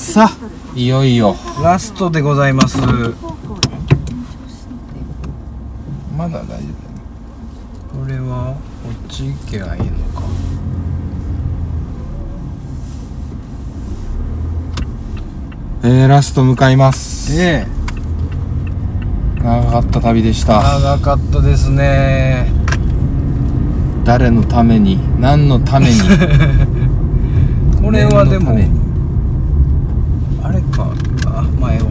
さあいよいよラストでございますまだ大丈夫これはこっち行けばいいのかえー、ラスト向かいますで長かった旅でした長かったですね誰のために何のため にこれはでも念のあれかあ前は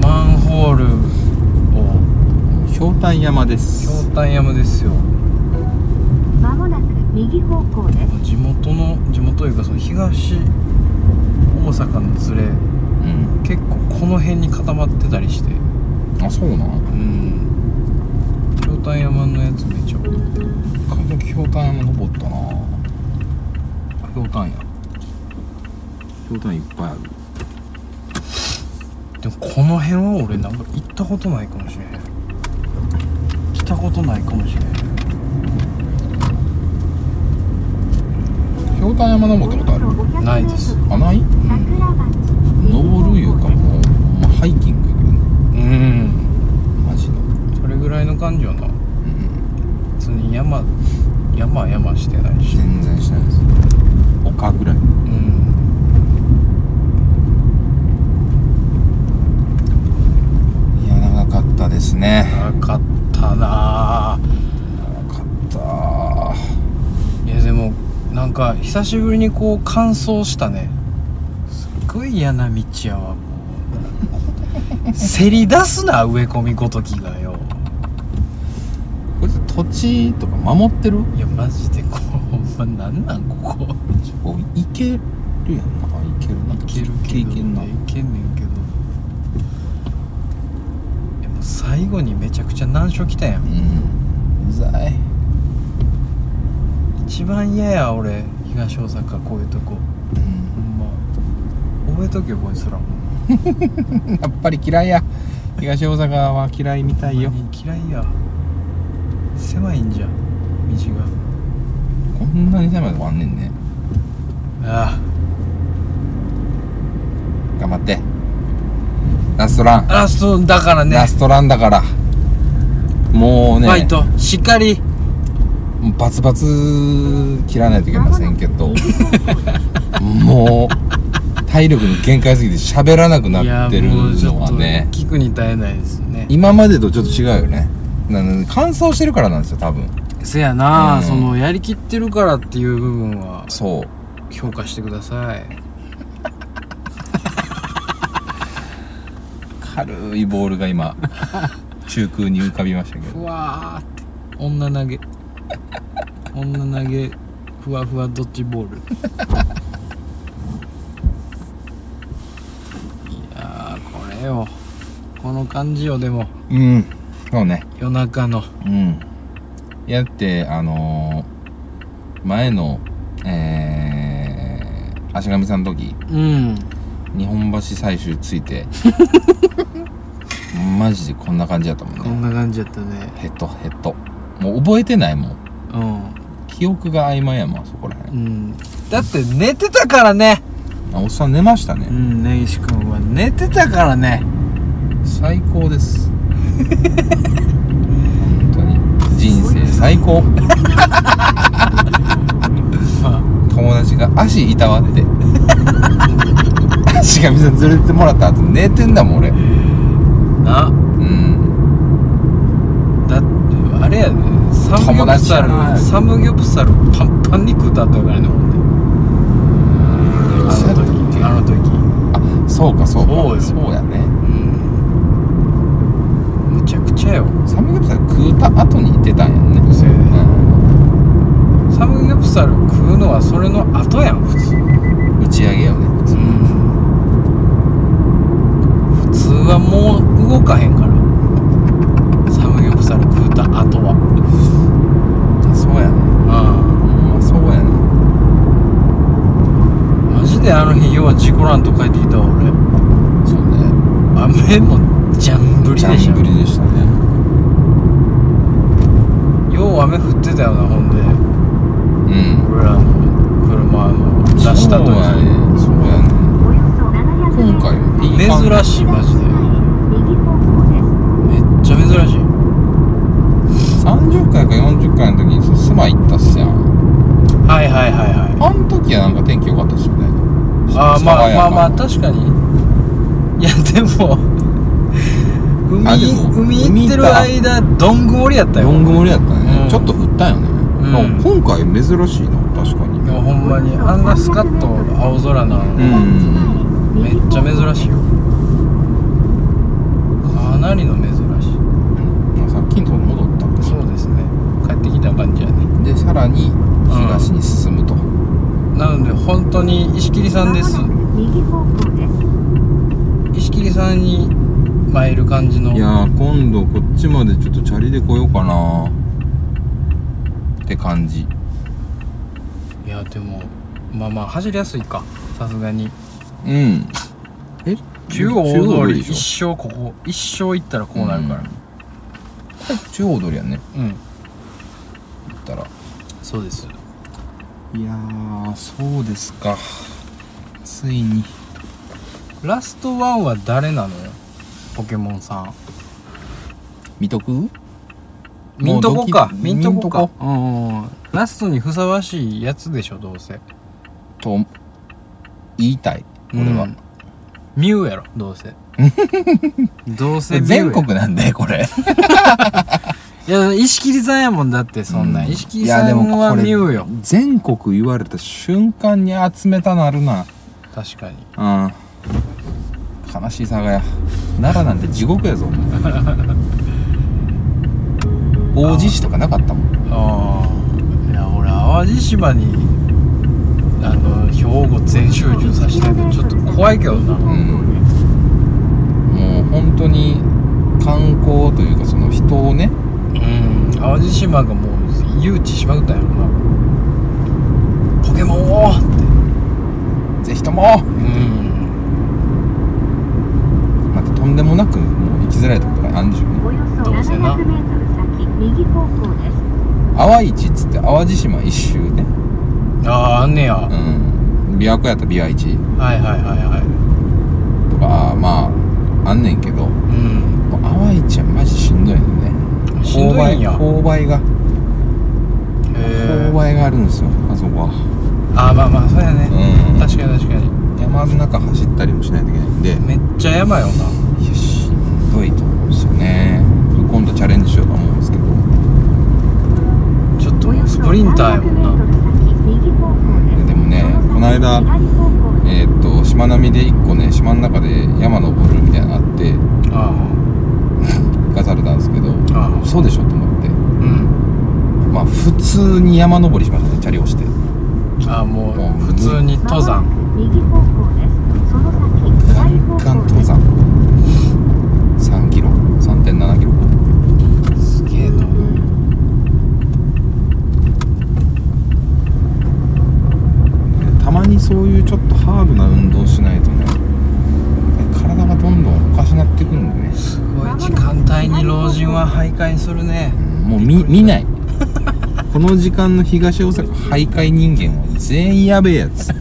マンホールたをめひょうたん山です京丹山ですよまもなく右方向です。地元の地元というかその東大阪の連れうん結構この辺に固まってたりしてあそうなんうん京丹山のやつめっちゃ多い家族ひょうたん山登ったな京丹やひょうたんいっぱいあるでもこの辺は俺なんか行ったことないかもしれへん来たことないかもしれへんひょうたん山登ったことあるないですあない登るいうかもうほんまハイキングやけどねうんマジの、それぐらいの感じよなうん、別に山山山してないし全然しないです丘ぐらいうんいや長かったですねなかったなあ長かったいやでもなんか久しぶりにこう乾燥したねすっごい嫌な道やわもう せり出すな植え込みごときがよこいつ土地とか守ってるいやマジでこうほんまなんなんここおいいけるやんなあいけるないけるけどいけんないやいけんねんけどでも最後にめちゃくちゃ難所来たやうんんうざい一番嫌や俺東大阪こういうとこうほんんま覚えとけよこいつらもやっぱり嫌いや東大阪は嫌いみたいよほんまに嫌いや狭いんじゃ道こんなに狭いとこあんねんねがあ頑張ってラストラン、あラストだからねラストランだからもうフねァイトしっかりバツバツ切らないといけませんけ どもう体力の限界すぎて喋らなくなってるのはね聞くに耐えないですね今までとちょっと違うよねなので乾燥してるからなんですよ多分せやな、うんそのやりきってるからっていう部分はそう評価してください軽いボールが今中空に浮かびましたけどふわーって女投げ 女投げふわふわドッジボール いやーこれよこの感じよでもうんそうね夜中のうんいやだってあのー前のえー、足神さんの時うん日本橋最終つい てマジでこんな感じだったもこんんねな感じやったねヘトヘトもう覚えてないもんうん記憶が曖昧やもんそこらへうんんだって寝てたからねあおっさん寝ましたねん根岸君は寝てたからね最高です本当に人生最高 まあ友達が足いたわ って足神さん連れてってもらった後寝てんだもん俺なうんだってあれやでサムギョプ達サやなルサムギョプサルパンパンに食うたったからねほんであそうやのったっ時けあの時あそうかそうかそうよそうやねうんむちゃくちゃよサムギョプサル食うた後に出たんやんねそうやねうんサムギョプサル食うのはそれの後やん普通打ち上げよね普通はもう動かへんからサムギョプサル食うた後はそうやねあまあそうやねあマジであの日よう事故らんと書いていたわ俺そうね雨もジャン降りジでしャンょグリでしたねよう雨降ってたよなほんでうん俺らの珍しいマジでめっ右方向です。ちゃ珍しい30回か40回の時にそうスマ行ったっすやんはいはいはいはいあん時はなんか天気良かったっすよねあーま爽あやまかあまあ確かにいやでもあ海でも海行ってる間どんぐりやったよロング盛りだったうんねちょっと降ったよねんなんか今回珍しいな確かにいやほんまにあんなスカッと青空なのうめっんちゃ珍しいよかなりの珍しいまあさっきのとこに戻ったんですそうですね帰ってきた感じやねでさらに東に進むとなので本当に石切さんですまもなく右方向です。石切さんに参る感じのいやー今度こっちまでちょっとチャリで来ようかなって感じいやでもまあまあ走りやすいかさすがにうんえ中央大通りでしょ一生ここ一生行ったらこうなるから中央通りやねうん、行ったらそうですいやーそうですかついにラストワンは誰なのよポケモンさん見とくミントコかミントコかミントうんうんラストにふさわしいやつでしょどうせと言いたい俺は、うんミュウやろどう せどうせミュウや全国なんでこれいや石切さんやもんだってそんなうんん石切さんはミュウよ全国言われた瞬間に集めたなるな確かにうん悲しい佐賀や奈良なんて地獄や ぞ大地市とかなかったもんああいや俺淡路島にあの兵庫全集中させてるのちょっと怖いけどなうんもう本当に観光というかその人をねうん淡路島がもう誘致しまくったんやろなポケモンをってぜひともうんまたとんでもなくもう行きづらいところがあるんでしょうねおよそどうせな700メートル先、右方向です。淡市っつって淡路島一周ねあああんねや、うん琵琶湖やったら琵琶市はいはいはいはいとかまああんねんけどうん淡市はマジしんどいのねしんどいんや勾配勾配がへ勾ー配があるんですよあそこはああまあまあそうやね、うん確かに確かに山の中走ったりもしないといけないんでいめっちゃ山よなやしんどいと思うんですよね今度チャレンジしようと思うんですけどちょっおよとそスプリンターや700メもートんル先、右方向です。でもねこの間左方向です。えーっとしまなみで1個ね島の中で山登るみたいなのあってなあ行かされたんですけどあああそうでしょと思ってうんまあ普通に山登りしましたねチャリをしてああもう普通に登ま山もなく右方向です。その先、左山方間向登です。山3キロ3.7キロすげえなたまにそういうちょっとハードな運動しないとね体がどんどんおかしなってくるんでねすごい時間帯に老人は徘徊するねもう見見 ないこの時間の東大阪徘徊人間は全員やべえやつ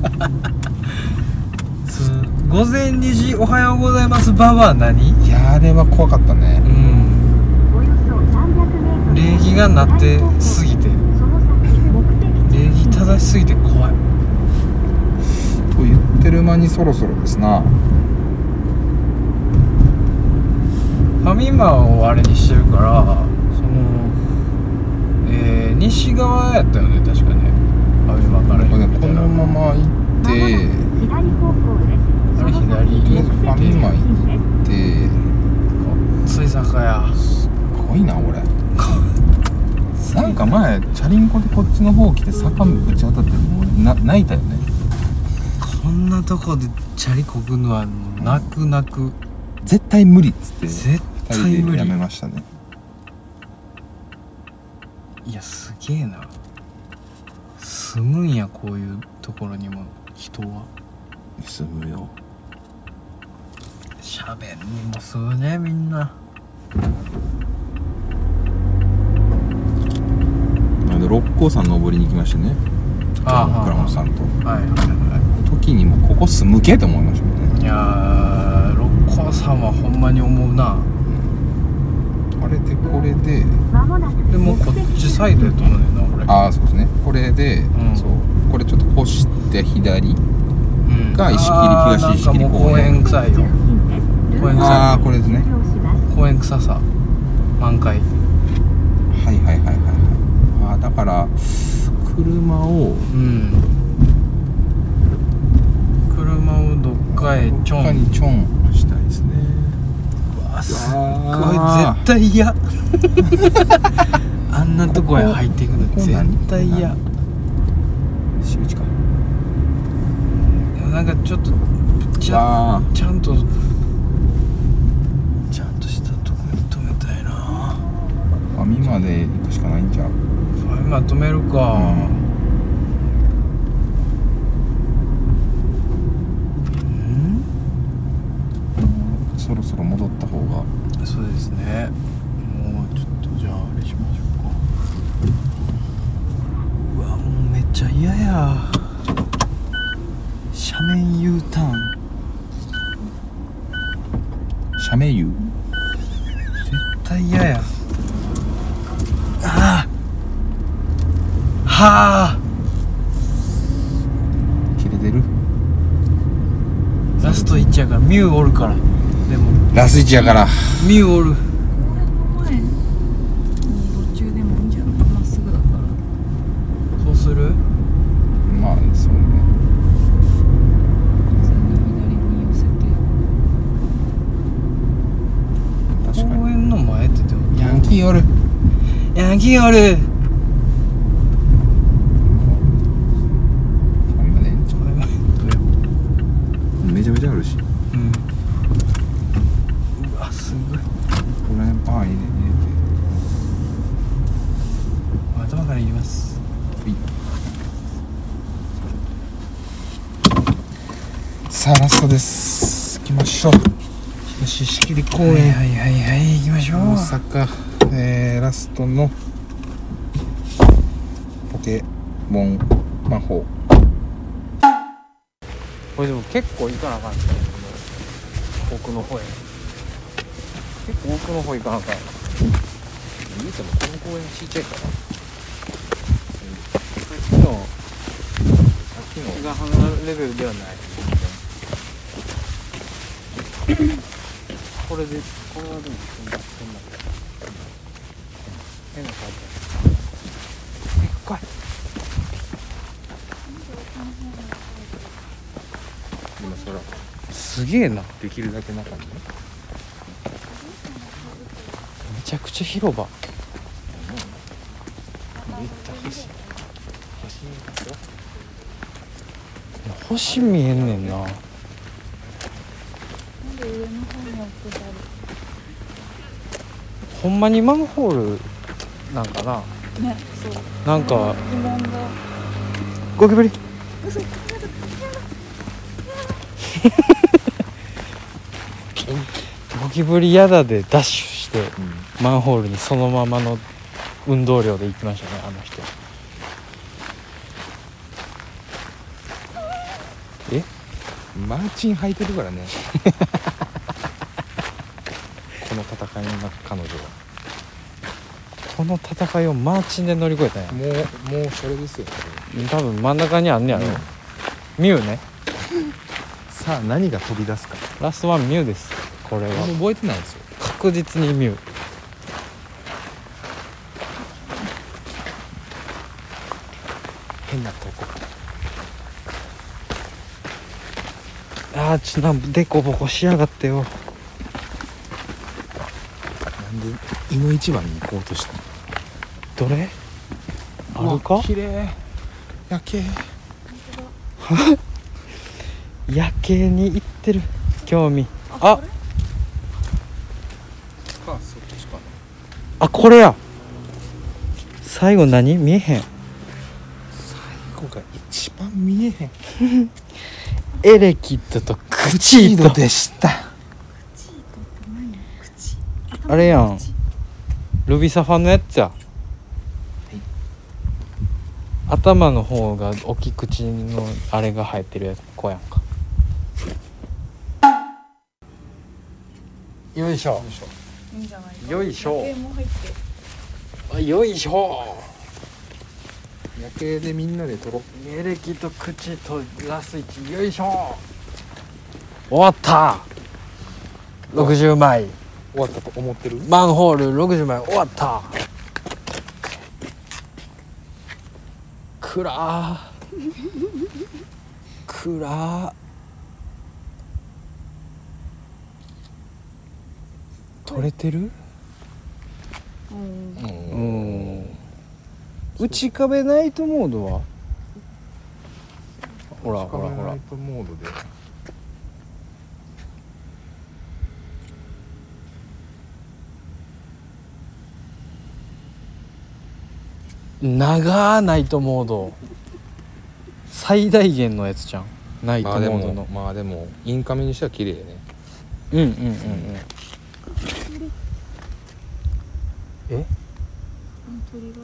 午前2時おはようございますババア何いやあれは怖かったねうんおよそ300メートル礼儀がなってすぎてその先、目的地。礼儀正しすぎて怖いと言ってる間にそろそろですなファミマをあれにしてるからそのえー、西側やったよね確かねファミマからこれねこたらのまま行まもなく左方向です。その先、目的地付近です。およそ300メートル先、左方向です。その先、目的地付近です。およそ300メートル先、左方向です。その先、目的地付近です。およそ300メートル先、左方向です。その先、目的地付近です。およそ300メートル先、左方向です。その先、目的地付近です。およそ300メートル先、左方向です。その先、目ート的地付近です。およそ300メートル先、左方向です。その先、目的地付近です。およそ300メートル先、左方向です。その先、目的地付近です。およそ300メートル先、左方向です。その先、目的地付近です。およそ300メりあえずファミマ行つい酒屋すごいな 俺なんか前チャリンコでこっちの方来て坂ぶち当たってもうな泣いたよねこんなとこでチャリこぐのはもう泣く泣く絶対無理っつって絶二対人無でや理めましたねいやすげえな住むんやこういうところにも人は住むよしゃべんにもするねみんななので六甲山登りに行きましてねああ倉本さんとはいはいは時にもここ住むけと思いましたもんねいいやー六甲さんはほんまに思うなあれでこれでまもなくでもこっちサイドやと思うねんな俺ああそうですねこれで、うんそうこれちょっと越して左うんが石切りあー東石切りなんかも公う公園園臭いよめごんなさいああーこれですね公園臭さ満開はいはいはいはいはいああだから車をうん車をどっかへちょ他んにチョンしたいですねわすっごいあ絶対 嫌あんなとこへ入っていくのここ何絶対嫌私有地かなんかちょっとちゃあちゃんとちゃんとしたとこに止めたいなあファミマで行くしかないんちゃうファミマ止めるか、うんそろそろ戻った方がそうですねもうちょっとじゃああれしましょうかうわもうめっちゃ嫌や斜面 U ターン社名湯絶対嫌やああはあ切れてるラスト1やからミュウおるからでもラスイチやからミュウおる公園の前に路中でもいいんじゃないまっすぐだからそうするまあそうね普通に左に寄せて確か公に園の前ってどうヤンキーおるヤンキーおるファミマでええんちゃうめちゃめちゃあるしこうんうわすごいこら辺パン入れて頭から入れます入れてさあラストです行きましょう東石切公はい園はいはいはい行きましょう大阪、えーラストのポケモン魔法これでも結構行かなあかんねこの奥の方へ結構奥の方行かなあかん言うてもこの公園ちっちゃいからさっきのさっきの気が離レベルではないこれでこれはでもそんなそんな変な感じでっかい今そらすげえなできるだけ中にねめちゃくちゃ広場めっちゃ欲しい欲しいですよ星見えんねんななんで上の方に置くだろほんまにマンホールなんかなうねそうなんか疑問がゴキブリゴキブリやだでダッシュしてマンホールにそのままの運動量で行きましたねあの人マーチン履いてるからねこの戦いの中彼女はこの戦いをマーチンで乗り越えたんやもうもうそれですよ多分真ん中にあんねやろ、ミュウねさあ何が飛び出すかラストワンミュウですこれは覚えてないんですよ確実にミュウ変なとこあーちょっとなんでこぼこしやがってなよんで井の一番に行こうとしたのどれあるか綺麗夜景夜景に行ってる興味あかそっちかあこれや最後何見えへん最後が一番見えへんエレキッドとクチートでしたあれやんルビサファのやつや、頭の方が大きい口のあれが生えてるやつこうやんかよいしょいいんじゃないかよいしょ夜景も入ってあよいしょ夜景でみんなで撮ろうメレキと口とラスイチよいしょ終わった60枚終わったと思ってるマンホール60枚終わったくらーくらー取れてるうんううんん内壁ナイトモードはほらほカらほメラらライトモードで長ーナイトモード最大限のやつじゃんナイトまあモでードもの、まあでもインカメにしては綺麗ねうんうんうんうんえ鳥が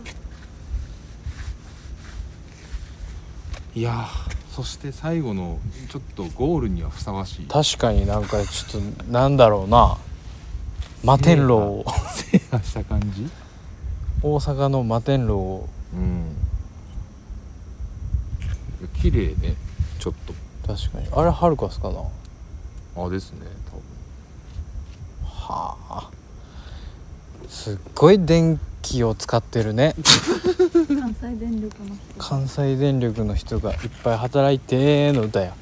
いやーそして最後のちょっとゴールにはふさわしい確かになんかちょっとなんだろうな摩天楼を制覇した感じ大阪の摩天楼をうんいや綺麗ねちょっ確かにあれハルカスかなはとあですね多分あすっごい電気を使ってるね関西電力の人関西電力の人がいっぱい働いての歌や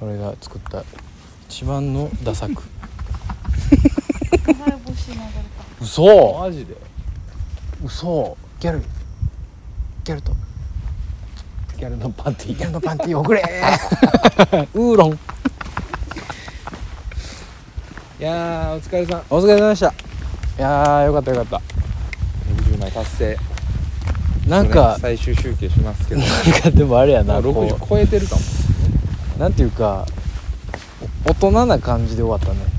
俺が作った一番のダサく流れ星流れた 嘘マジで嘘ギャルギャルとギャルのパンティギャルのパンティー送れ ウーロンいやーお疲れさんお疲れ様でしたいやーよかったよかった60枚達成なんか最終集計しますけどなんかでもあれやなこ60超えてるかもうなんていうかお大人な感じで終わったね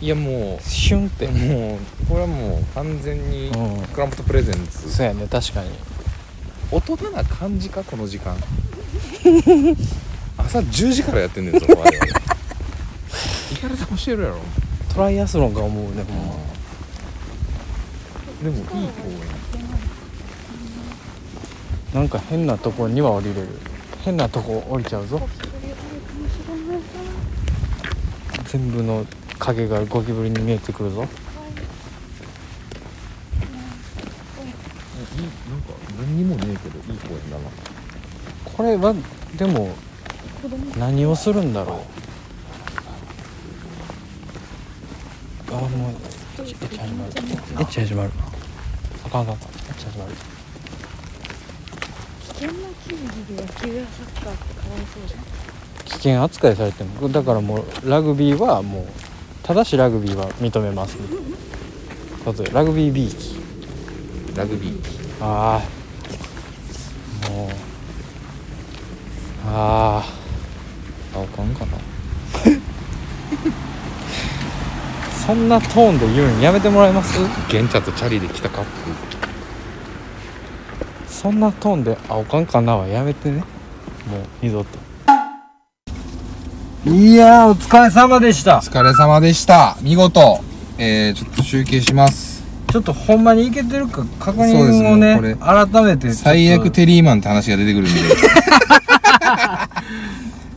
いやもうシュンってもうこれはもう完全にうんクランプトプレゼンツそうやね確かに大人な感じかこの時間朝10時からやってんねんぞ我 々イカれた教えるやろトライアスロンか思うねほんまでもいい公園なんか変なとこには降りれる変なとこ降りちゃうぞゴキブリあるかもしれないから全部の影がゴキブリに見えてくるぞいいなんか何にもねえけどいい公園だなこれはでも子供何をするんだろうあもうエッチエッチ始まるエッチ始まるあかんあかんあかんエッチ始まる危険な球技で野球やサッカーってかわいそうじゃん危険扱いされてもだからもうラグビーはもうただしラグビーは認めますみたいなことでラグビー B 級ラグビーああもうあああかんかなあ そんなトーンで言うんやめてもらえます玄茶とチャリで来たカップルそんなトーンで「あおかんかな」はやめてねもう二度といやーお疲れ様でしたお疲れ様でした見事えー、ちょっと集計しますちょっとほんまにいけてるか確そうです認をもうねこれ改めてちょっと最悪テリーマンって話が出てくるんで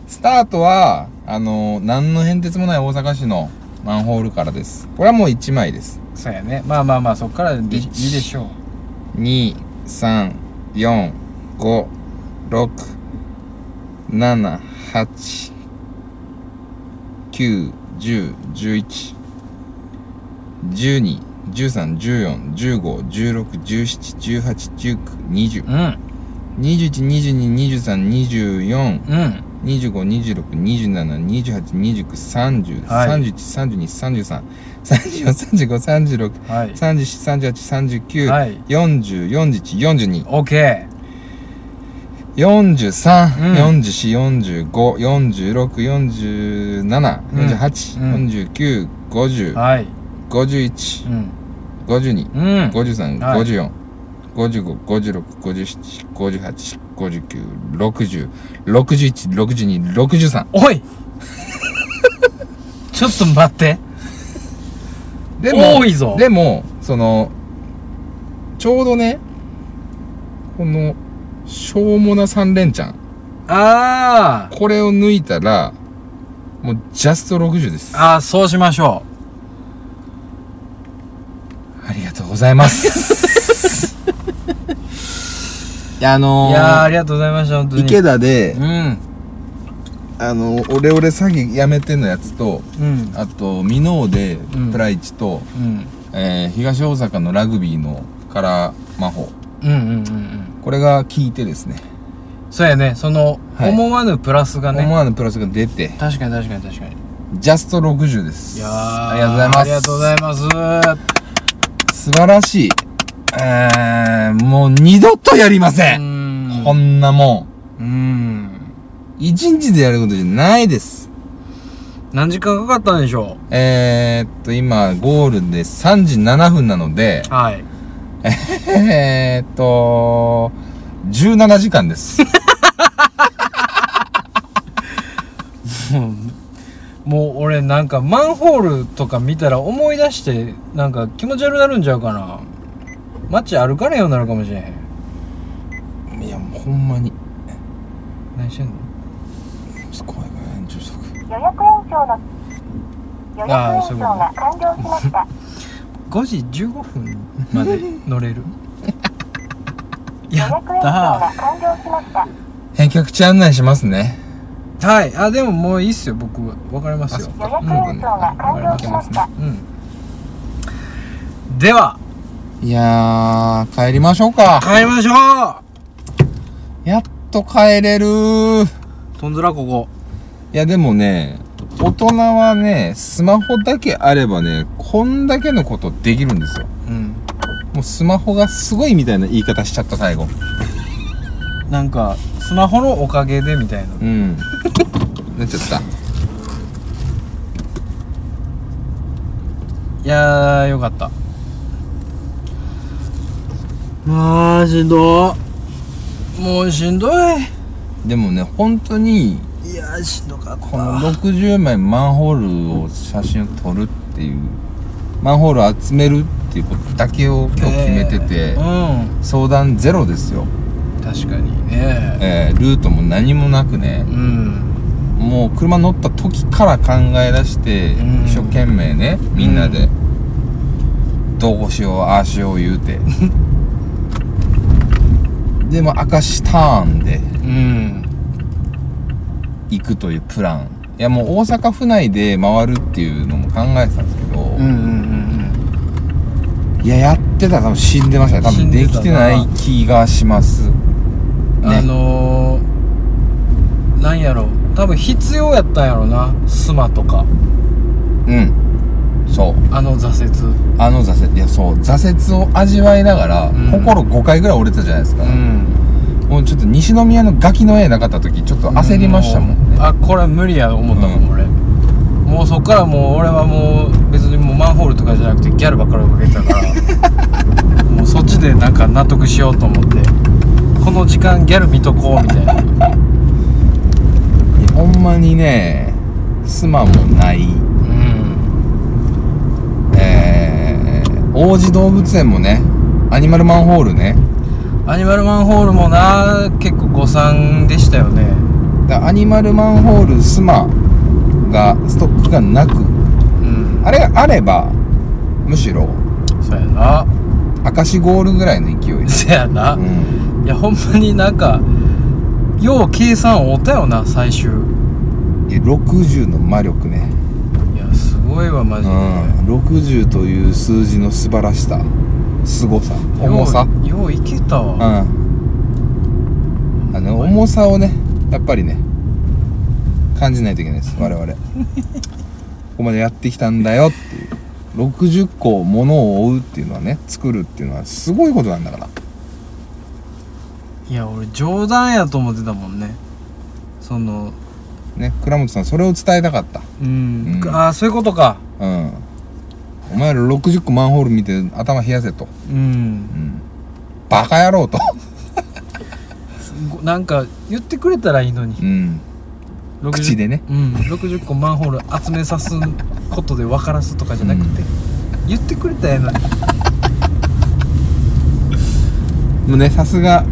スタートはあの何の変哲もない大阪市のマンホールからですこれはもう1枚ですそうやねまあまあまあそっからでいい一でしょう23456789101二、十三、十四、十五、十六、十七、十八、十九、二十。うん21222324252627282930313233うんはいはいはい3035343434348394041424344545545 OK うんうんはいうん52うん53、はい54、55、56、57、58、59、60、61、62、63。おい ちょっと待ってで多いぞでもそのちょうどねこのしょうもな3連チャンあーこれを抜いたらもうジャスト60ですあーそうしましょありがとうございます いやあうのいやーありがとうございました本当に池田でう、んあのオレオレ詐欺やめてのやつとうんあと箕面でうんプライチと、うんえー東大阪のラグビーのカラー魔法うんうんうんうんこれが効いてですねそうやねその、はい思わぬプラスがね思わぬプラスが出て確かに確かに確かにジャスト60ですいやーありがとうございますありがとうございます素晴らしいえー、もう二度とやりませ、うんんこんなもうんん一日でやることじゃないです何時間かかったんでしょえー、っと今ゴールで3時7分なの でうはいえー、っと17時間です もうもう俺なんかマンホールとか見たら思い出してなんか気持ち悪くなるんちゃうかな街歩かれへんようになるかもしれへんいやもうほんまに何してんのちょっと怖いから延長しとく予約延長の予約あー延そういうこ長とが完了しました。 5時15分まで乗れる予 やっ約延長たが完了しました。返却地案内しますねーはいあでももういいっすよ僕分かりますよあそっ予か約延長が完了しました。うんではいやー帰りましょうか帰りましょやっと帰れるーうとんずらここいやでもね、大人はね、スマホだけあればね、こんだけのことできるんですよ。うんもうスマホがすごいみたいな言い方しちゃった最後。なんかスマホのおかげでみたいな うん。なっちゃった。いやーよかったあーしんどもうしんどいでもね、本当に、いやーしんどかったこの60枚マンホールを写真を撮るっていう、マンホールを集めるっていうことだけを今日決めてて、うん相談ゼロですよ。確かにねえー、ルートも何もなくねう、んもう車乗った時から考え出してうん一生懸命ねみんなでどうしようああしよう言うて でも明石ターンでうん行くというプランいやもう大阪府内で回るっていうのも考えてたんですけど、うんうんいややってたら多分死んでましたね多死ん分ででたなきてない気がしますうんねあのー、なんやろ多分必要やったんやろなスマとかうんそうあの挫折あの挫折いやそう挫折を味わいながら、ん心5回ぐらい折れてたじゃないですか、んもうちょっと西宮のガキの絵なかった時ちょっと焦りましたもんねあこれは無理や思ったもん、うん俺もうそっからもう俺はもう別にもうマンホールとかじゃなくてギャルばっかり追いかけてたから もうそっちでなんか納得しようと思ってこの時間ギャル見とこうみたいないやほんまにねスマもないうんえー、王子動物園もねアニマルマンホールねアニマルマンホールもな結構誤算でしたよねだアニマルマンホールスマがストックがなくうんあれがあればむしろそうやな 明石ゴールぐらいの勢いでそやな、うんいやほんまになんかよう計算おったよな最い終や60の魔力ねいやすごいわマうジで、ん60という数字の素晴らしさ凄さ重さようよういけたわ、うん、あの重さをねやっぱりね感じないといけないです我 々ここまでやってきたんだよっていう60個ものを追うっていうのはね作るっていうのはすごいことなんだからいや俺冗談やと思ってたもんねそのね倉本さんそれを伝えたかったうん、うんああそういうことかうんお前ら60個マンホール見て頭冷やせと、ううんん、バカ野郎とごなんか言ってくれたらいいのにうん60口でねうん60個マンホール集めさすことで分からすとかじゃなくて、言ってくれたらええのにもうねさすが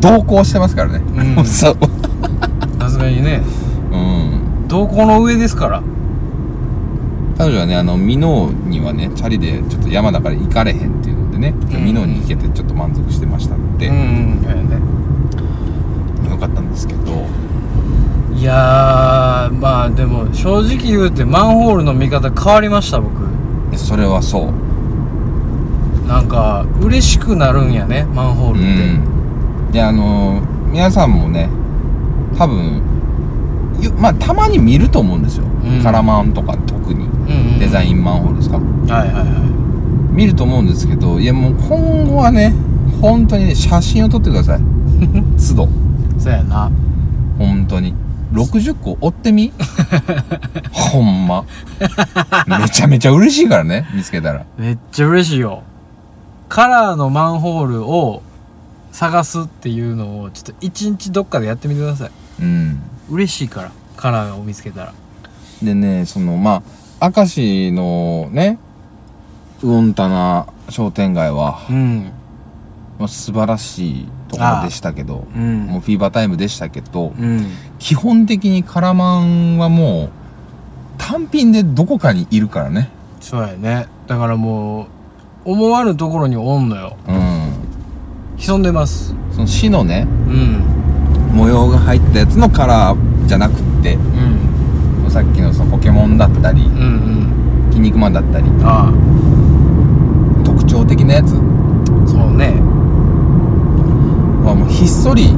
同行してますからね、うんもそうさすがにねうん同行の上ですから彼女はねあの美濃にはねチャリでちょっと山だから行かれへんっていうのでねうん美濃に行けてちょっと満足してましたって、うんうんそうやねよかったんですけどいやーまあでも正直言うてマンホールの見方変わりました僕でそれはそうなんか嬉しくなるんやねマンホールってうん、であのー皆さんもね多分ゆまあたまに見ると思うんですよ、うんカラマンとか特にうん、うんデザインマンホールですか、はいはいは見ると思うんですけどいやもう今後はね本当にね写真を撮ってください都度いそうやな本当に60個追ってみほんまめちゃめちゃ嬉しいからね見つけたらめっちゃ嬉しいよカラーのマンホールを探すっていうのをちょっと一日どっかでやってみてくださいうん嬉しいからカラーを見つけたらでねそのまあ明石のね魚ンタナ商店街は、うんまあ、素晴らしいところでしたけど、うもうんフィーバータイムでしたけど、うん基本的にカラマンはもう単品でどこかにいるからねそうやねだからもう思わぬところにおんのようん潜んでますその市のねうん模様が入ったやつのカラーじゃなくってうんさっきのそのポケモンだったりうんうんキン肉マンだったりあ特徴的なやつあそうねはもうひっそり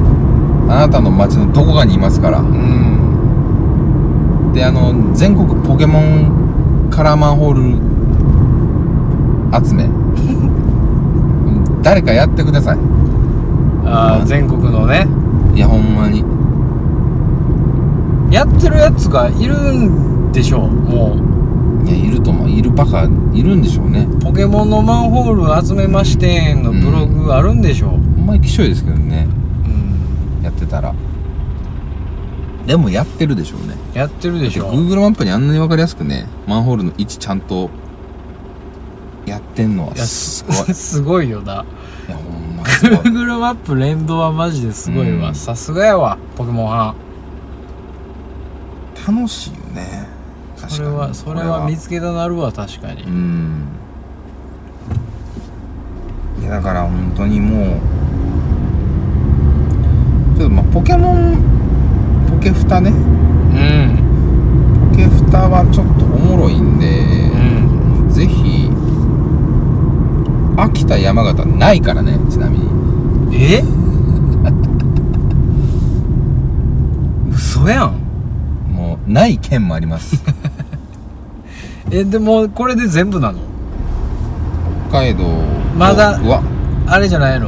あなたの街のどこかにいますからうんであの全国ポケモンカラーマンホール集めうん誰かやってくださいああ全国のねいやほんまにやってるやつがいるんでしょうもういやいると思ういるバカいるんでしょうねポケモンのマンホール集めましてんのブログあるんでしょう、ほんまにきしょいですけどねうん、やってたらでもやってるでしょうねやってるでしょ Google マップにあんなに分かりやすくねマンホールの位置ちゃんとやってんのはいやす ごいいすごいよなやほんますごい Google マップ連動はマジですごいわ、うんさすがやわポケモン派楽しいよね確かにそれはそれこは見つけたなるわ確かにうんいやだから本当にもうちょっとまあポケモンポケフタねうんポケフタはちょっとおもろいんで、うんぜひ秋田山形ないからねちなみにえ嘘やんもうない県もあります えでもこれで全部なの北海道まだうわあれじゃないの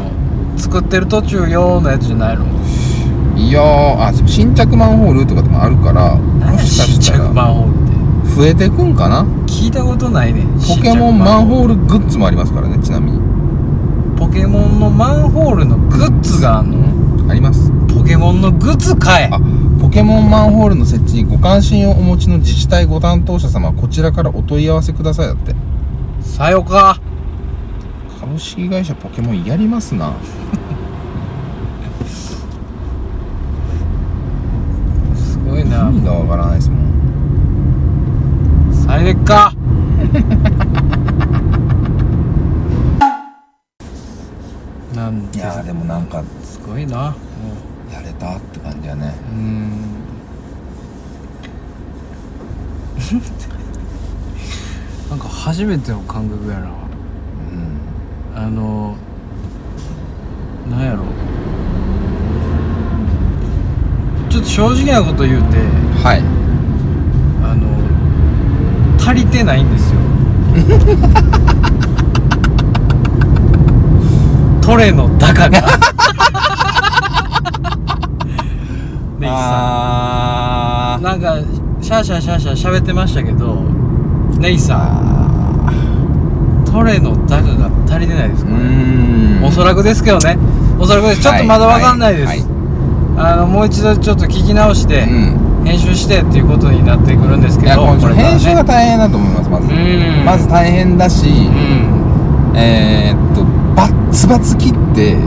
作ってる途中用のやつじゃないのいやーあ新着マンホールとかでもあるからもしか新した着らマンホールって増えてくんかな聞いたことないねポケモンマンホールルグッズもありますからねちなみにポケモンのマンホールのグッズがあんのありますポケモンのグッズ買えあポケモンマンホールの設置にご関心をお持ちの自治体ご担当者様はこちらからお問い合わせくださいだってさよか株式会社ポケモンやりますなすごい意な味がわからないですもんされ かなんいてやーでもなんかすごいなもやれたって感じやねううーん なんか初めての感覚やなうんあのなんやろちょっと正直なこと言うてはいあの足りてないんですよ トレの高がであさなんかシャーシャーシャーシャー喋ってましたけどネイさんトレの高が足りてないですうこれーんおそらくですけどねおそらくですちょっとまだわかんないです、はいはいあのもう一度ちょっと聞き直して、うん編集してっていうことになってくるんですけいやどこのこれからね編集が大変だと思いますまずうんまず大変だしうんえーっとバッツバツ切ってんも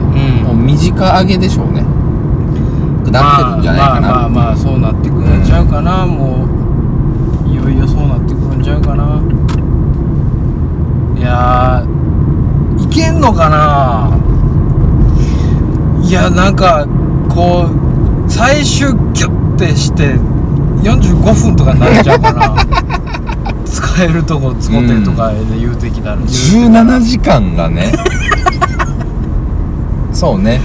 う短上げでしょうねなってるんじゃないかなまあまあまあまあそうなってくるんちゃうかな、もういよいよそうなってくるんちゃうかないやーいけんのかないやなんかこう最終ギュッてして45分とかになっちゃう かな使えるとこ使ってるとかで言うてきたら、 17時間がね そうね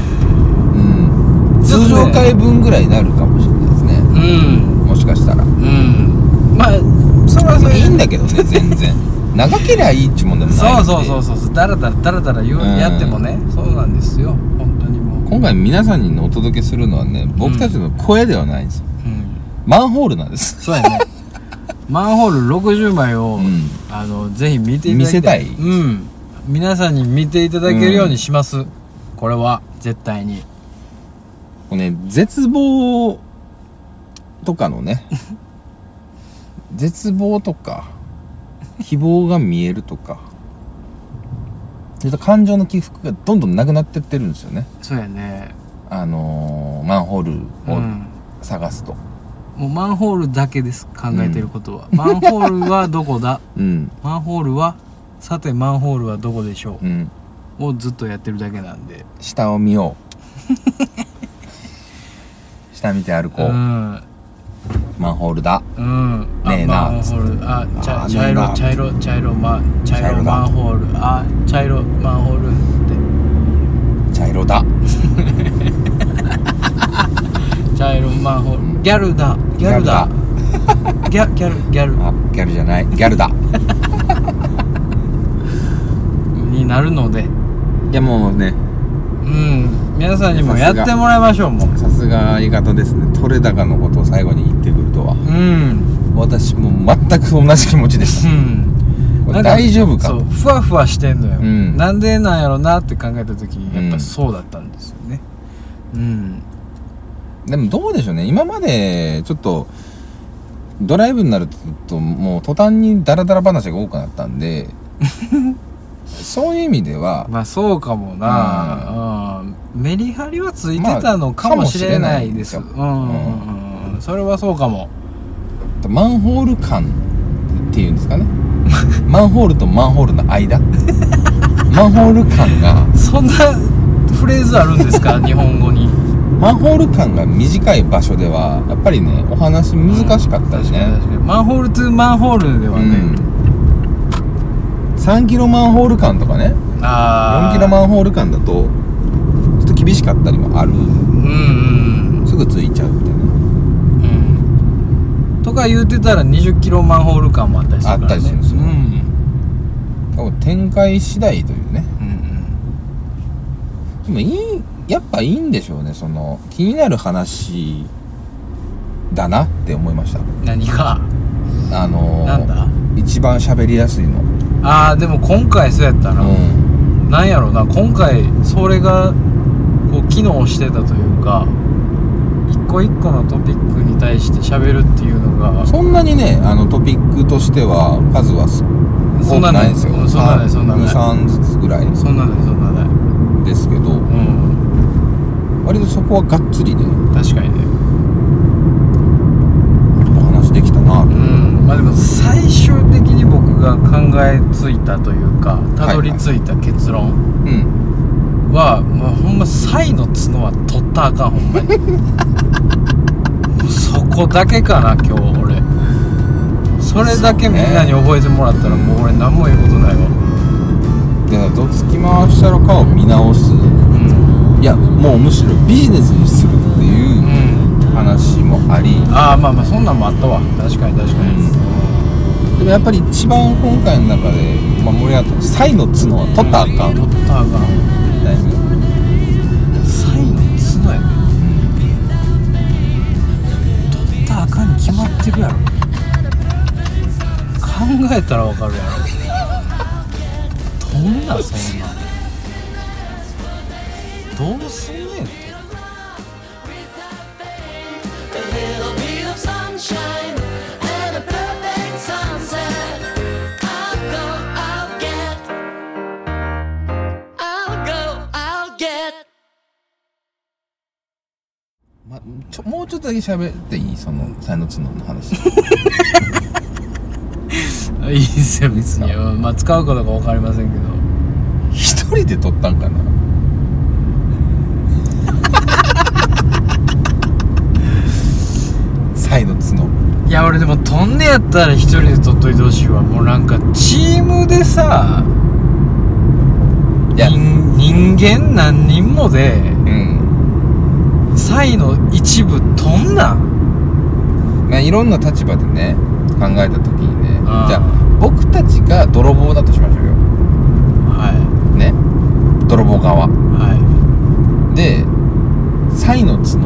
うんちょっと通ね常回分ぐらいになるかもしれないですねうんもしかしたらうんまあそれはそれいでいんだけどね全然長けりゃいいっちゅうもんでもないんそでうそうそうそうそうだらだらだらだら言う、うんやってもねそうなんですよ本当にもう、今回皆さんにお届けするのはね僕たちの声ではないんですよ、うん、マンホールなんですそう やねマンホール60枚を、うんあのぜひ見ていただき見せたいうん皆さんに見ていただけるようにします、これは絶対にこうね絶望とかのね絶望とか希望が見えるとかそういった感情の起伏がどんどんなくなってってるんですよねそうやねあのーマンホうールをん探すともうマンホールだけです考えてることは、マンホールはどこだうんマンホールはさてマンホールはどこでしょうん、う、をずっとやってるだけなんで下を見よう下見て歩こう、うんマンホールだうん、あねえなマンホールあ茶あ茶ねえ色な茶色茶色マン茶茶色色だマンホールあ茶色マンホールっ茶色だて茶色マンホールギャルだギャルだギャギャルギャあギャルじゃないギャルだルになるのでいやもうねうん皆さんにもさすやがってもらいましょうもうさすが相方ですね取れ高のことを最後に言ってくるとはうん、私も全く同じ気持ちでしたう ん、こなれんか大丈夫かそうふわふわしてんのよ、うんなんでなんやろなって考えた時にやっうぱんそうだったんですよねうん、でもどうでしょうね今までちょっとドライブになるともう途端にダラダラ話が多くなったん でそういう意味ではまあそうかもな、うんメリハリはついてたのかもしれないです、まあかうんもしれないうんうんうんそれはそうかもマンホール感っていうんですかねマンホールとマンホールの 間マンホール感がそんなフレーズあるんですか日本語にマンホール感が短い場所ではやっぱりねお話難しかったし確か にね、確かにマンホールトゥマンホールではうね、ん、3キロマンホール感とかねああ4キロマンホール感だとちょっと厳しかったりもあるうんうんすぐついちゃうみたいなうんとか言うてたら20キロマンホール感もあったりするから、ね、あったりするんですようんうん多分展開次第というねうんでもいいやっぱいいんでしょうねその気になる話だなって思いました何かあのーなんだ一番喋りやすいのああでも今回そうやったな、うんなんやろな今回それがこう機能してたというか一個一個のトピックに対して喋るっていうのがそんなにねあのトピックとしては数はすそ多んくなないですようんそんなないそんなない23ずつぐらいそんなないそんなないですけどうん割とそこはがっつりね確かにねお話できたなうとんまあでも最終的に僕が考えついたというかたどり着いた結論うんは、まあ、ほんまサイの角は取ったらあかんほんまに もうそこだけかな今日俺それだけみんなに覚えてもらったらもう俺何も言うことないわでどつき回したのかを見直すうんいやもうむしろビジネスにするってういうん話もありああまあまあそんなんもあったわ確かに確かに、でもやっぱり一番今回の中で、まあ、盛り上がったのはサイの角は取ったらあかん取ったらあかんだよねサイの角やね取ったらあかんに決まってるやろ考えたらわかるやろどんなそんなんどうすんねん A little bit of sun ま、ちょもうちょっとだけ喋っていいその才能角の話いいですよ別にいいっすまあ使うかどうか分かりませんけど一人で撮ったん かな才能角いや俺でも飛んでやったら一人で取っといてほしいわもうなんかチームでさいや人人間何人もでうんサイの一部飛んなんまあいろんな立場でね考えた時にねあーじゃあ僕たちが泥棒だとしましょうよはね泥棒側いはで才の角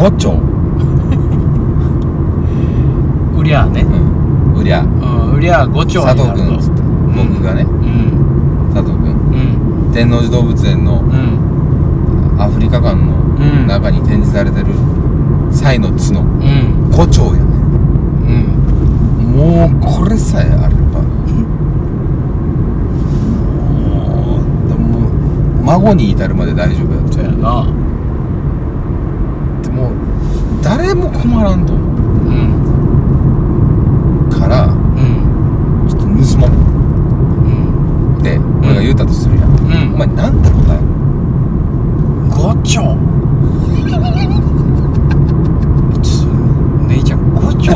5丁、い売りゃあねうん、うりゃうん売りゃあ5丁佐に藤なる君とっつって僕がねうん佐藤君うん天王寺動物園のうんアフリカ館のうん中に展示されてるサイの角うん5丁やねうんもうこれさえあればもうでも孫に至るまで大丈夫やそうやなってもう誰も困らんと思うんうからうんちょっと盗もううんって俺が言うたとするやん、うおん前なんて答える5丁ちょ姉ちゃん5丁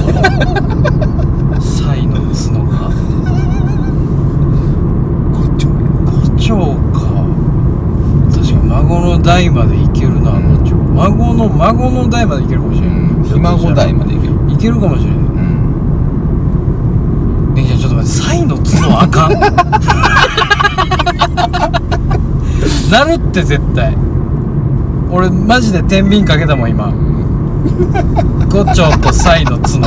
サイの角が5丁やね5丁か確かに孫の代までいけるなうん5丁、孫の孫の代までいけるかもしれない、うんひ孫代までいけるいけるかもしれないうん姉ちゃんちょっと待ってサイの角あかん なるって絶対俺マジで天秤かけたもん今五丁とサイの角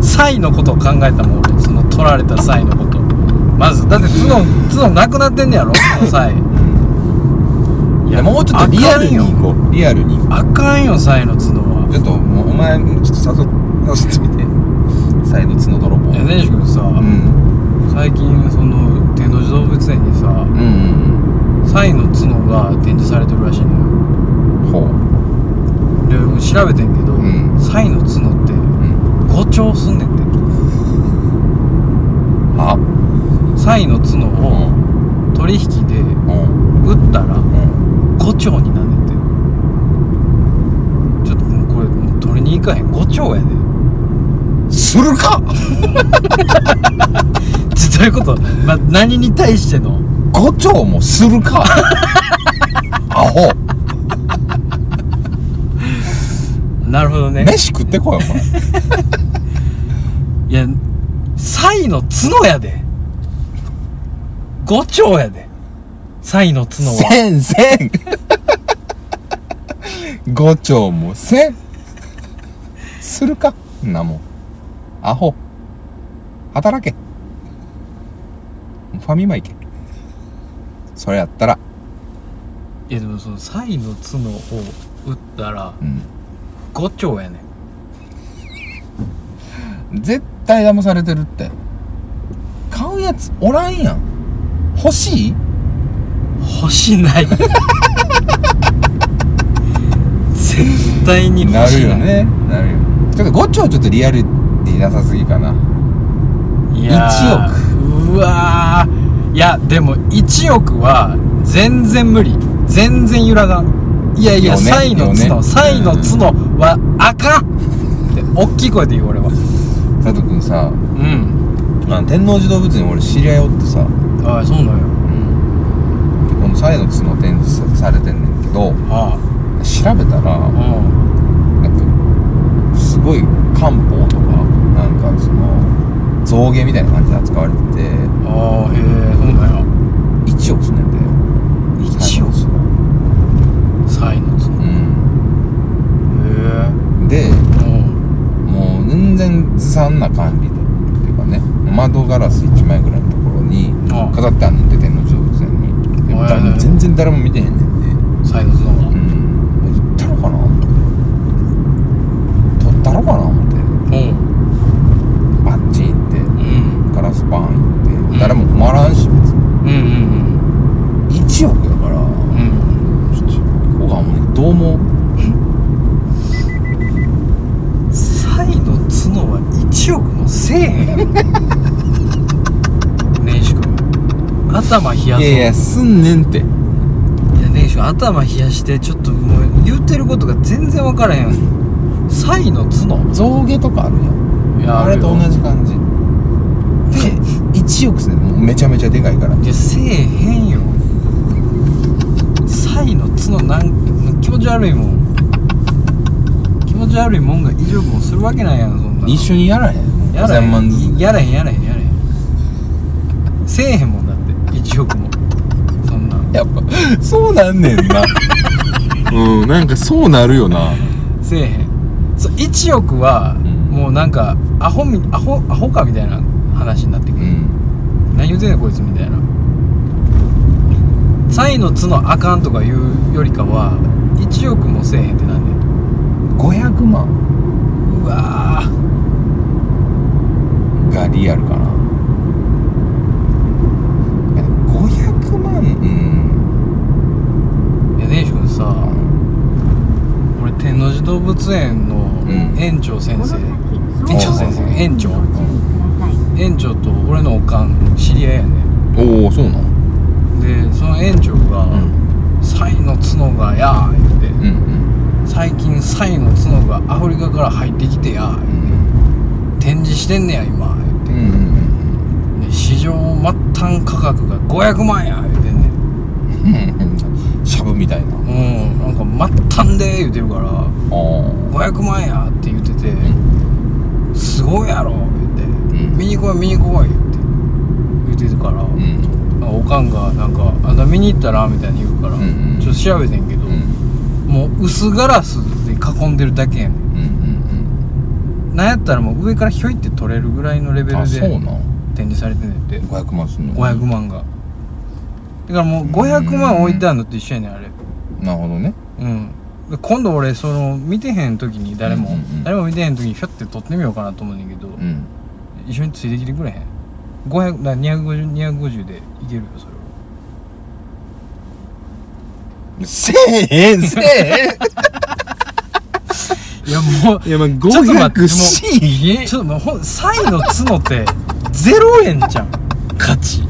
サイのことを考えたもん俺その取られたサイのことまずだって角角なくなってんねやろそのサイいやもうちょっとリアルにあかんよ行こうリアルにあかんよサイの角はちょっともうお前もちょっと誘っ誘ってみてサイの角泥棒いやねえし君さ、うん最近その天王寺動物園にさうんうんサイの角が展示されてるらしいのようんほうで俺調べてんけど、うんサイの角ってうん誤調すんねんてあサイの角うをん取引でうん売ったらうん5丁になんねんてちょっともうこれもう取りに行かへん5丁やです るかちょどういうこと、ま、何に対しての五丁もするかアホなるほどね飯食ってこいお前いやサイの角やで5丁やでサイの角はせんせん五丁もせんするかんなもんアホ働けファミマ行けそれやったらいやでもそのサイの角を打ったらうん5丁やねん絶対騙されてるって買うやつおらんやん欲しい欲しない絶対に欲なしるいよねなるよちょっと五丁ちょっとリアルになさすぎかないやーうわーいやでも1億は全然無理全然揺らがんいやいや、よねサイのよ角ねサイの角はあかんって大きい声で言う俺は佐藤君さうんあの天王寺動物園俺知り合いおってさああそうなんよでこのサイの角展示さされてんねんけどあ調べたらあうなんんかすごい漢方とかなんかその造形みたいな感じで扱われてああへえそうなんよて1億すんねんて1億サイの角うへんでえうんもう全然ずさんな管理でっていうかね窓ガラス1枚ぐらいのところにあ飾ってあんねんて天王寺動物園にでへえ誰も全然誰も見てへんねんてサイの角うはん行ったのかな取ったのかな思ってうんバッチンってうんガラスパン行っうんて誰も困らんし別うんうんに1億やからうんうん ちょっとここはもうどうも足をもうせえへんねえし君頭冷やそういやいやすんねんっていやねえし君頭冷やしてちょっともう言ってることが全然分からへんサイの角象牙とかあるやんいやあれと同るよじ感じで1億すねもうめちゃめちゃでかいからいやせえへんよサイの角なん気持ち悪いもん気持ち悪いもんが異常もするわけないやんそんなの一緒にやらへんやらへ5000万ずんつやらへんやらへんやらへんせえへんもんだって1億もそんなんやっぱそうなんねんな うんなんかそうなるよなせえへんそう1億はんもうなんかアホみアホアホかみたいな話になってくうる、ん何言うてんねんこいつみたいなサイの角あかんとか言うよりかは1億もせえへんってなんねん500万うわーがリアルかなえ500万うんいやねえし君さ俺天王寺動物園のん園長先生、園園長長先生先生園園長長園長と俺のおかん知り合いやねんおおそうなのでその園長が「サイの角がや」言ってうんうん「最近サイの角がアフリカから入ってきてや」展示してんねや今うんう言っんてで市場末端価格が500万や言ってんねんうん うんシャブみたいなうんなんか末端で言うてるかあらー500万やって言ってて「すごいやろ」言ってう「ん見に来い見に来い」言って言ってるからうんなんかおかんがなんか「あんた見に行ったら?」みたいに言うから、うんうんちょっと調べてんけど、うんもう薄ガラスで囲んでるだけやねうんうんんなんやったらもう上からひょいって取れるぐらいのレベうんあルそうなでん展示されてんねんって500万すんの500万がだからもう500万置いてあるのと一緒やねんあれなるほどねうんで今度俺その見てへん時に誰も、うんうんうん誰も見てへん時にひょって撮ってみようかなと思うねんだけど、うん一緒についてきてくれへん500だから250 250でいけるよそれはせえへんせえへんいやもういやまあちょっと待ってもう 500C ちょっともうほんサイの角って0円じゃん価値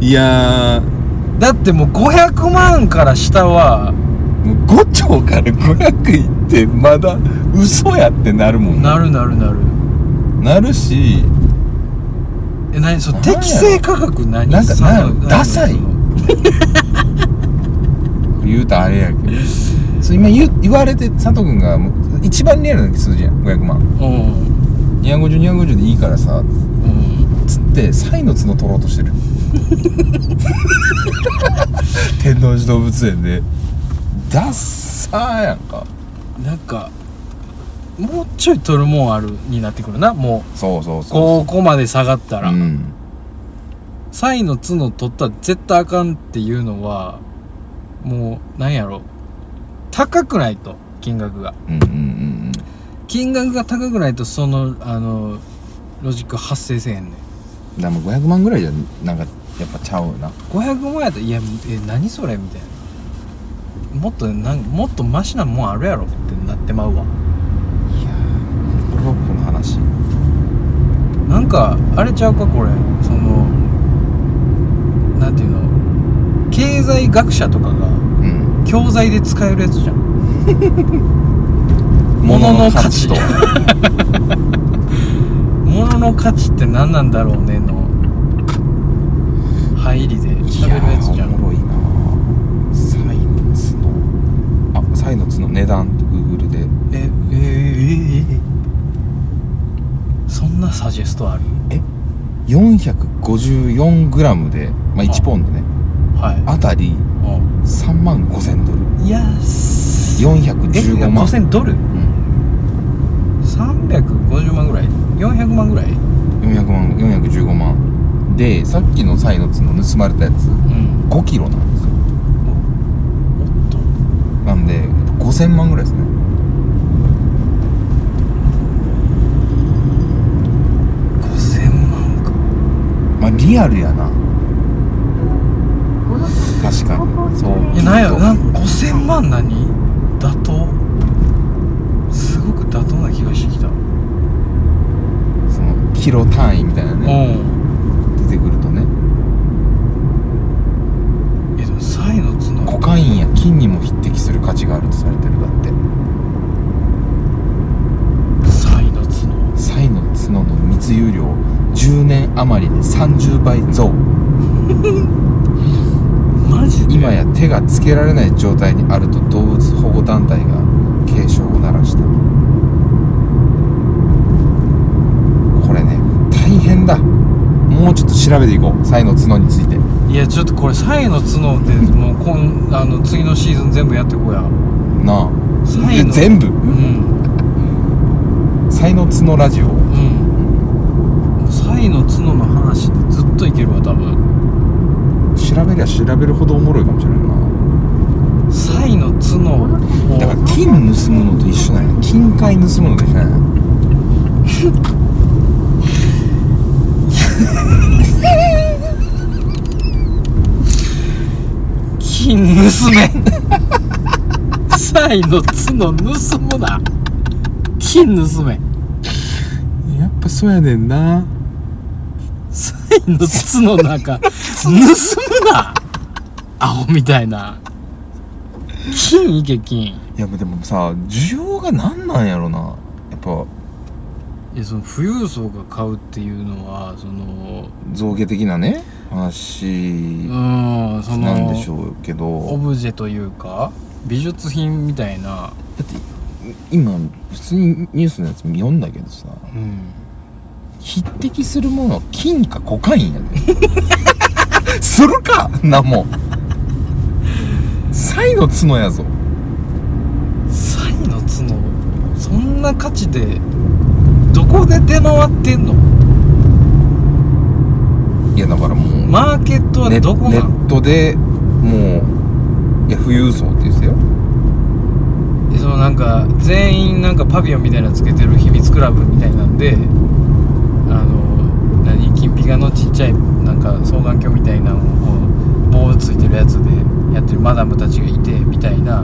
いやーだってもう500万から下はもう5兆から500いってまだ嘘やってなるもんなるなるなるなるしえ何そのなんやろ適正価格何なんかサイなんやろの何ダサいその言うとあれやけどそう今言う言われて佐藤君がもう一番リアルな数字やん500万うん250250でいいからさうんつってサイの角取ろうとしてる天王寺動物園でダッサーやんかなんかもうちょい取るもんあるになってくるなもそうそううそうここまで下がったら、うんサイの角取ったら絶対あかんっていうのはもうなんやろ高くないと金額がうんうんうん金額が高くないとそのあのロジック発生せえへんねんうんでも500万ぐらいじゃなんかやっぱちゃうよな500万やったら「いやえ何それ」みたいなもっとなんもっとマシなもんあるやろってなってまういわやーこの話なんかあれちゃうかこれそのなんていうの経済学者とかがうん教材で使えるやつじゃん物の価値と物物の価値って何なんだろうねの入りで喋るやつじゃいーおんもろいなサイの角あサイの角値段ってグーグルでえええええそんなサジェストある454グラムで、まあ、1ポンドねはいあたりう3万5000ドルんいやすえ415万5000ドルうん350万ぐらい400万ぐらい400万415万でさっきのサイの角盗まれたやつうん5キロなんですよおっとなんで5000万ぐらいですね5000万かまあリアルやな確かにそういやなんやろなん5000万何妥当すごく妥当な気がしてきた密輸量10年余りで30倍増マジで今や手がつけられない状態にあると動物保護団体が警鐘を鳴らしたこれね大変だもうちょっと調べていこうサイの角についていやちょっとこれサイの角 ってもうこんあの次のシーズン全部やってこうやなあサえイの全部うん才の角ラジオうんサイの角の話ってずっといけるわ多分調べりゃ調べるほどおもろいかもしれないなサイの角をだから金盗むのと一緒なんや金塊盗むのと一緒なんや金盗めサイの角盗むな金盗めやっぱそうやねんなサイの筒の中盗むなアホみたいな金いけ金いやでもさ需要が何なんやろなやっぱいやその富裕層が買うっていうのはその造形的なね話うんそのなんでしょうけオどブジェというか美術品みたいな、今普通にニュースのやつ読んだけどさうん、匹敵するものは金かコカインや でするかんなもんサイの角やぞサイの角そんな価値でどこで出回ってんのいやだからもうマーケットはネどこネなのットでもういや富裕層って言ってたよでそのなんか全員なんかパビオンみたいなのつけてる秘密クラブみたいなんであの何金ピカのちっちゃいなんか双眼鏡みたいなのをこう棒ついてるやつでやってるマダムたちがいてみたいな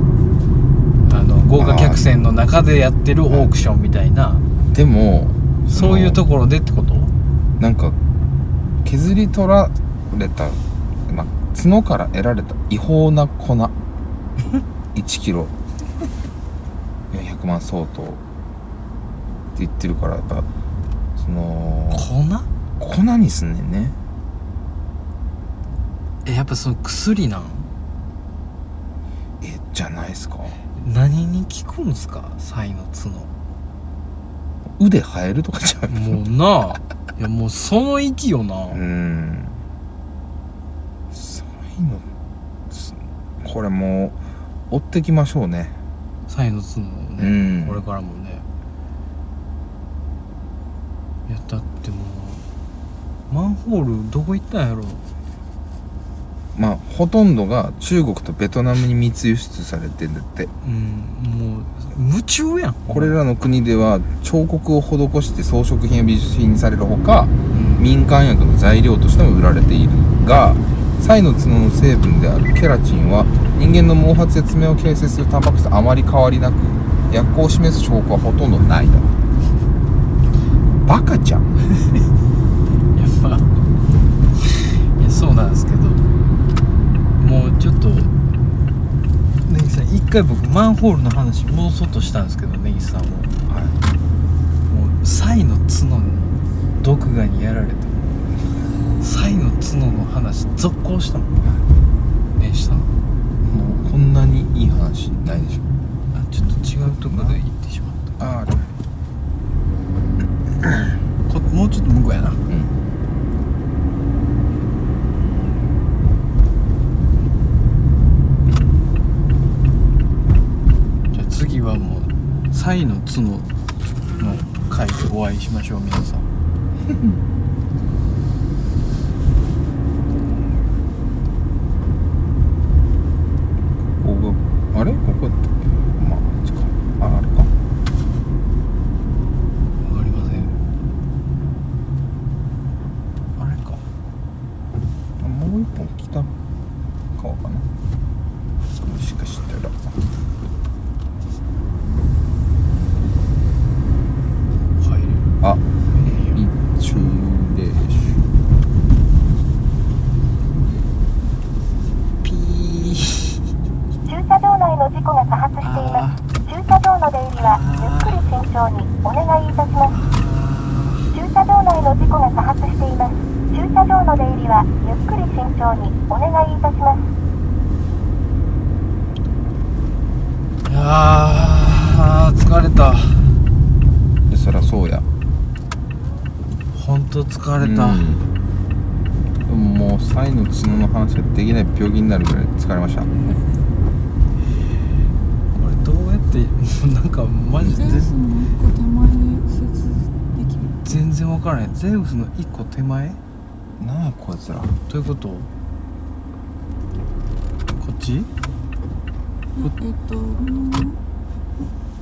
あの豪華客船の中でやってるオークションみたいなでもそういうとこころでってことなんか削り取られた、まあ、角から得られた違法な 粉1キロ400万相当って言ってるからやっぱその粉粉にすんねんねえやっぱその薬なんえじゃないっすか何に効くんすかサイの角腕生えるとかじゃんもうな あいやもうその域よな、うーんサイのつこれもう追ってきましょうねサイの角をね、うんこれからもねいやだってもうマンホールどこ行ったんやろまあほとんどが中国とベトナムに密輸出されてんだってうんもう夢中やんこれ、らの国では彫刻を施して装飾品や美術品にされるほかうん民間薬の材料としても売られているがサイの角の成分であるケラチンは人間の毛髪や爪を形成するタンパク質とあまり変わりなく薬効を示す証拠はほとんどないだバカじゃんやっぱいやそうなんですけどもうちょっと根岸さん一回僕マンホールの話戻そうとしたんですけど根岸さんもはもうサイの角に毒ガにやられてサイの角の話続行したもんねしたのい、もうこんなにいい話ないでしょあちょっと違うとこで行ってしまっああたこもうちょっと向こうやなうんじゃあ次はもうサイの角の回でお会いしましょう皆さんここがあれここだったっけまああっちかああれかわかりませんあれかあもう一本北川かなもしかしたら入れるあいいよ一例しピー駐車場内の事故が多発していあます駐車場の出入りはゆっくり慎重にお願いいたします駐車車場内の事故が多発しています駐車場の出入りはゆっくり慎重にお願いいたしますあー疲れたでそりゃそうやほんと疲れた、うんでももうサイの角の話はできない病気になるぐらい疲れましたこれどうやって もうなんかマジゼでウスの一個手前に右折できる全然分からないゼウスの一個手前なあこいつらどういうことこっちええっとうん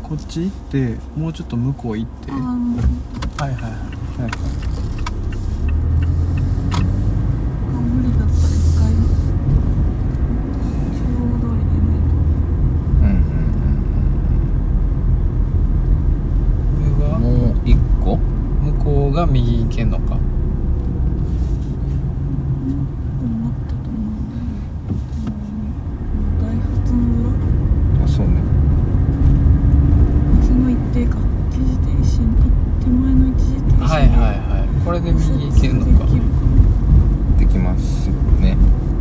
こっち行ってもうちょっと向こう行ってあはいのはいはいなんかあ無理だったら一回中央通りでねうんうんこれうはんもう一個向こうが右行けんのかうんなったと思うんだようんダイハツの裏あそうねその一定か一時停止手前の一時停止はいはいはいこれで右行けんのか右折できるできますね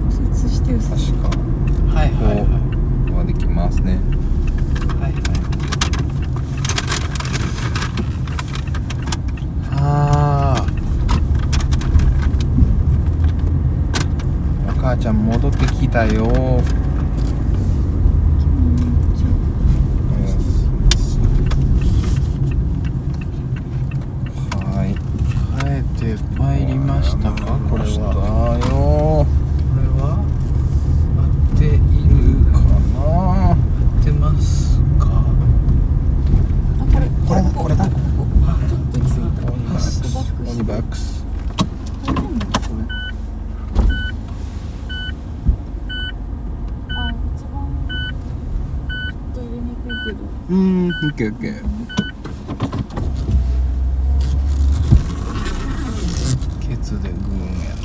右折して右折確かはいはいはいはできますねはいはいあお母ちゃん戻ってきたよはいー帰ってまいりましたかこれ来ましたはよこれは合っているかなあ合ってますかあこれこれだこれだここあちょっと行き過ぎた鬼バックス鬼バックス大丈夫これあ一番ちょっと入れにくいけどうーんオッケーオッケーケツでグーンや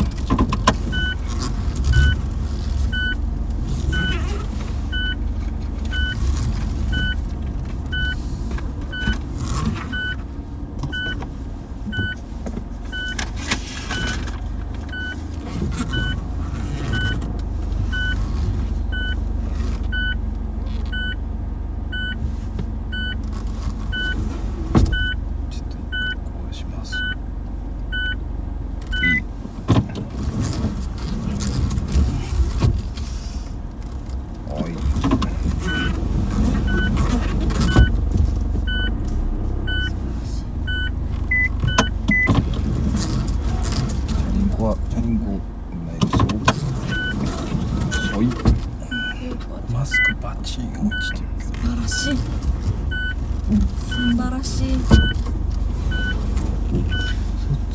なちょっと一回こうしますはいチャリンコはチャリンコないでしょはいマスクバチン落ちてる素晴らしい素晴らしいそっち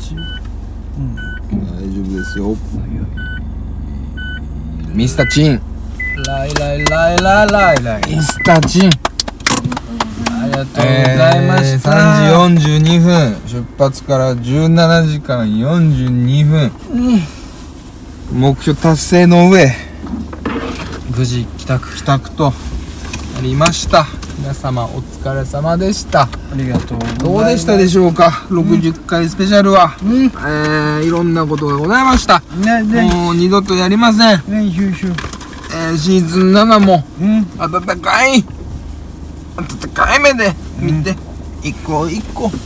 うん大丈夫ですよミスタチンライライライライライライミスタチンありがとうございました、 3時42分出発から17時間42分、目標達成の上無事帰宅帰宅となりました皆様お疲れ様でしたありがとうどうでしたでしょうか60回スペシャルは、えーいろんなことがございましたねねもう二度とやりません、ねひゅうひゅうえーシーズン7もうん温かい温かい目で見て、一個一個頑張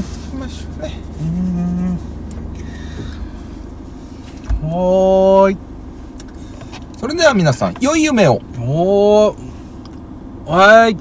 っていきましょうねおーいそれでは皆さん良い夢をおーはい